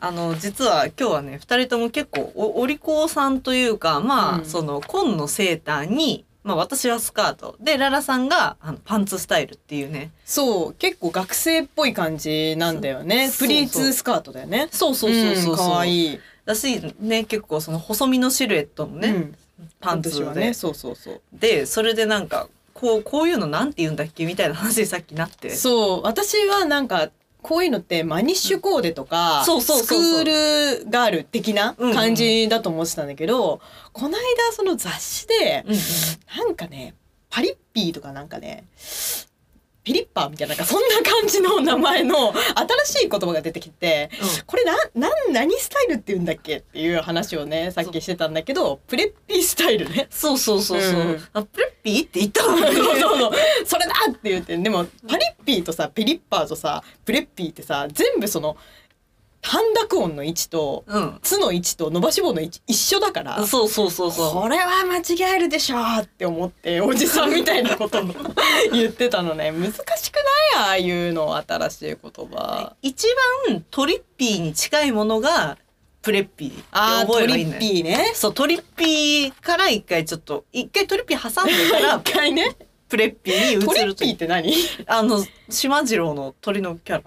あの実は今日はね2人とも結構おお利口さんというかまあ、うんその紺のセーターに、まあ、私はスカートでララさんがあのパンツスタイルっていうねそう結構学生っぽい感じなんだよねそうプリーツスカートだよねそうそうそうそうそう、可愛いいだしね結構その細身のシルエットのね、うんパンツ私で,、はねそうそうそうでそれでなんかこうこういうのなんて言うんだっけみたいな話にさっきなってそう私はなんかこういうのってマニッシュコーデとか、うんそうそうそうそうスクールガール的な感じだと思ってたんだけど、この間その雑誌でうんうんなんかねパリッピーとかなんかねピリッパーみたいななんかそんな感じの名前の新しい言葉が出てきてこれななん何スタイルって言うんだっけっていう話をねさっきしてたんだけどプレッピースタイ ルねそうそうそうそう、うんあプレッピーって言ったもんそうねそうそうそれだって言ってでもパリッピーとさピリッパーとさプレッピーってさ全部その半濁音の位置と うん「つ」の位置と伸ばし棒の位置一緒だからそうそうそうそうこれは間違えるでしょうって思っておじさんみたいなことを 言ってたのね難しくないああいうの新しい言葉一番トリッピーに近いものがプレッピーってあー覚トえればいリいッねピーねそうトリッピーから一回ちょっと一回トリッピー挟んでから一回ねプレッピーに移るトとリいッうピーって何あの島次郎の鳥のキャラ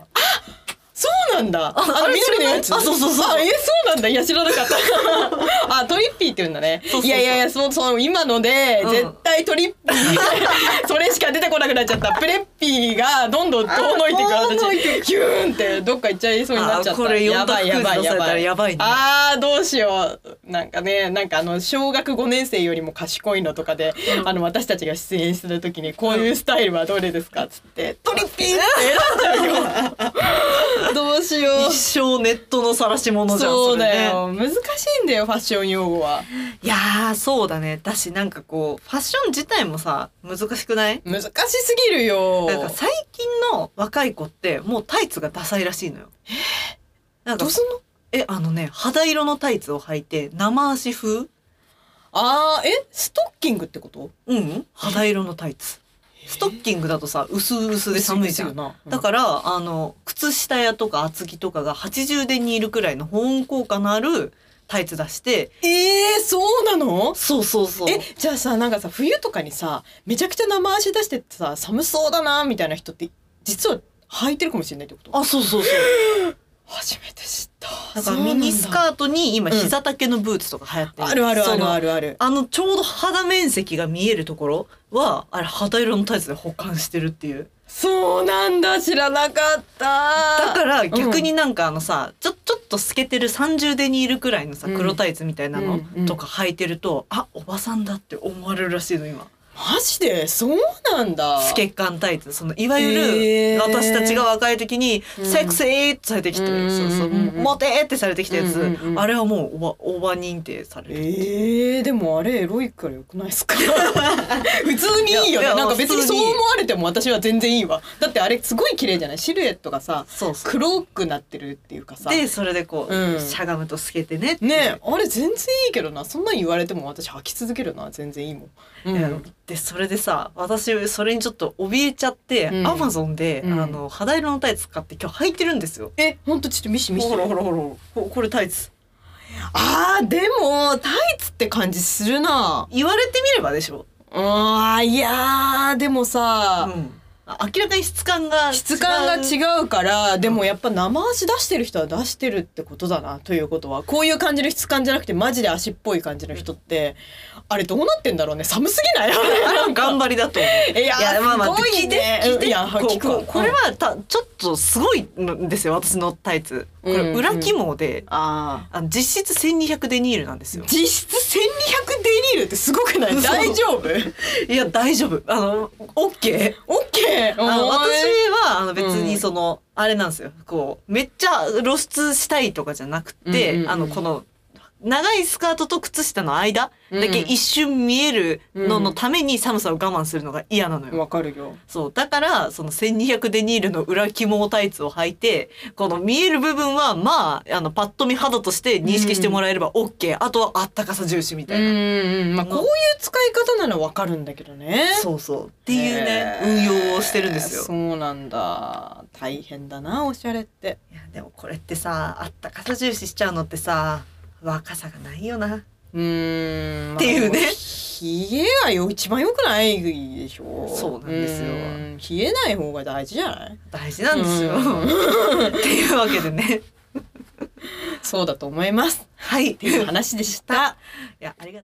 そうなんだああれ緑のやつあそうそうそうあえそうなんだいや知らなかった あトリッピーって言うんだねそうそうそういやいやいやそうそう今ので、うん絶対トリッピ ーそれしか出てこなくなっちゃったプレッピーがどんどん遠のいてくあー遠のい私ヒューンってどっか行っちゃいそうになっちゃあったこれ読やんだばクいイズや出さばいれやたばらいやばいねあーどうしようなんかねなんかあの小学5年生よりも賢いのとかで、あの私たちが出演するときにこういうスタイルはどれですかっつって、トリッピーって選んじゃうよどうしよ一生ネットの晒し者じゃんそうだそれねよ、難しいんだよファッション用語はいやーそうだねだしなんかこうファッション自体もさ難しくない難しすぎるよなんか最近の若い子ってもうタイツがダサいらしいのよ。なんかどうすんのえあのね肌色のタイツを履いて生足風あーえストッキングってことうんうん肌色のタイツ。ストッキングだとさ薄々で寒いじゃ薄ん。よなだからあの靴下やとか厚着とかが80デニールくらいの保温効果のあるタイツ出してえー、そうなのそうそうそう。えじゃあさなんかさ冬とかにさめちゃくちゃ生足出してってさ寒そうだなみたいな人って実は履いてるかもしれないってことあそうそうそう。初めて知っただからミニスカートに今うん膝丈のブーツとか流行ってあるあるあそるのあるあるあのちょうど肌面積が見えるところはあれ肌色のタイツで保管してるっていうそうなんだ知らなかっただから逆になんかあのさ、ちょちょっと透けてる30デニールくらいのさうん黒タイツみたいなのうんうんとか履いてると、あおばさんだって思われるらしいの今マジでそうなんだ透け感タイツそのいわゆへーる私たちが若い時にうんセクシーってされてきて、うんそうそううんモテーってされてきたやつ、うんうんうんあれはもうおばおば認定される。えー、でもあれエロいからよくな いですか普通にいいよいやいねやなんか別に普通そにう思われても私は全然いいわだってあれすごい綺麗じゃないシルエットがさそうそう黒くなってるっていうかさでそれでこう、うんしゃがむと透けてねっていうねえあれ全然いいけどなそんなん言われても私履き続けるな全然いいもん、うんでそれでさ私それにちょっと怯えちゃって、うんアマゾンで、うんあの肌色のタイツ買って今日履いてるんですよ。えほんとちょっと見して見しほてらほらほらほらここれタイツあーでもタイツって感じするな言われてみればでしょ、あーいやーでもうさ、ん、あ明らかに質感が違う質感が違うからでもやっぱ生足出してる人は出してるってことだなということはこういう感じの質感じゃなくてマジで足っぽい感じの人ってあれどうなってんだろうね寒すぎない あれは頑張りだと思う。いやいやまあまあすご聞いいてね聞いていやこ聞くわここれはたちょっとすごいんですよ私のタイツこうんれうん裏肝で、あああの実質1200デニールなんですよ実質1200デニールってすごくないそう大丈夫 ?OK! いや大丈夫あの OK あのお私前はあの別うんにその、あれなんですよこうめっちゃ露出したいとかじゃなくて、うんうんうんあのこの長いスカートと靴下の間だけ一瞬見えるののために寒さを我慢するのが嫌なのよ。わかるよ。そう。だから、その1200デニールの裏肝タイツを履いて、この見える部分は、まあ、あの、パッと見肌として認識してもらえれば OK。あとはあったかさ重視みたいな。うん、まあ、こういう使い方ならわかるんだけどね。そうそう。っていうね、へー運用をしてるんですよ。そうなんだ。大変だな、おしゃれって。いや、でもこれってさ、あったかさ重視しちゃうのってさ、若さがないよな。うーん。まあっていうねでもひげはよ、一番良くないでしょ。そうなんですようん冷えない方が大事じゃない大事なんですよ。っていうわけでね。 そうだと思います。はい。っていう話でした。いや、ありが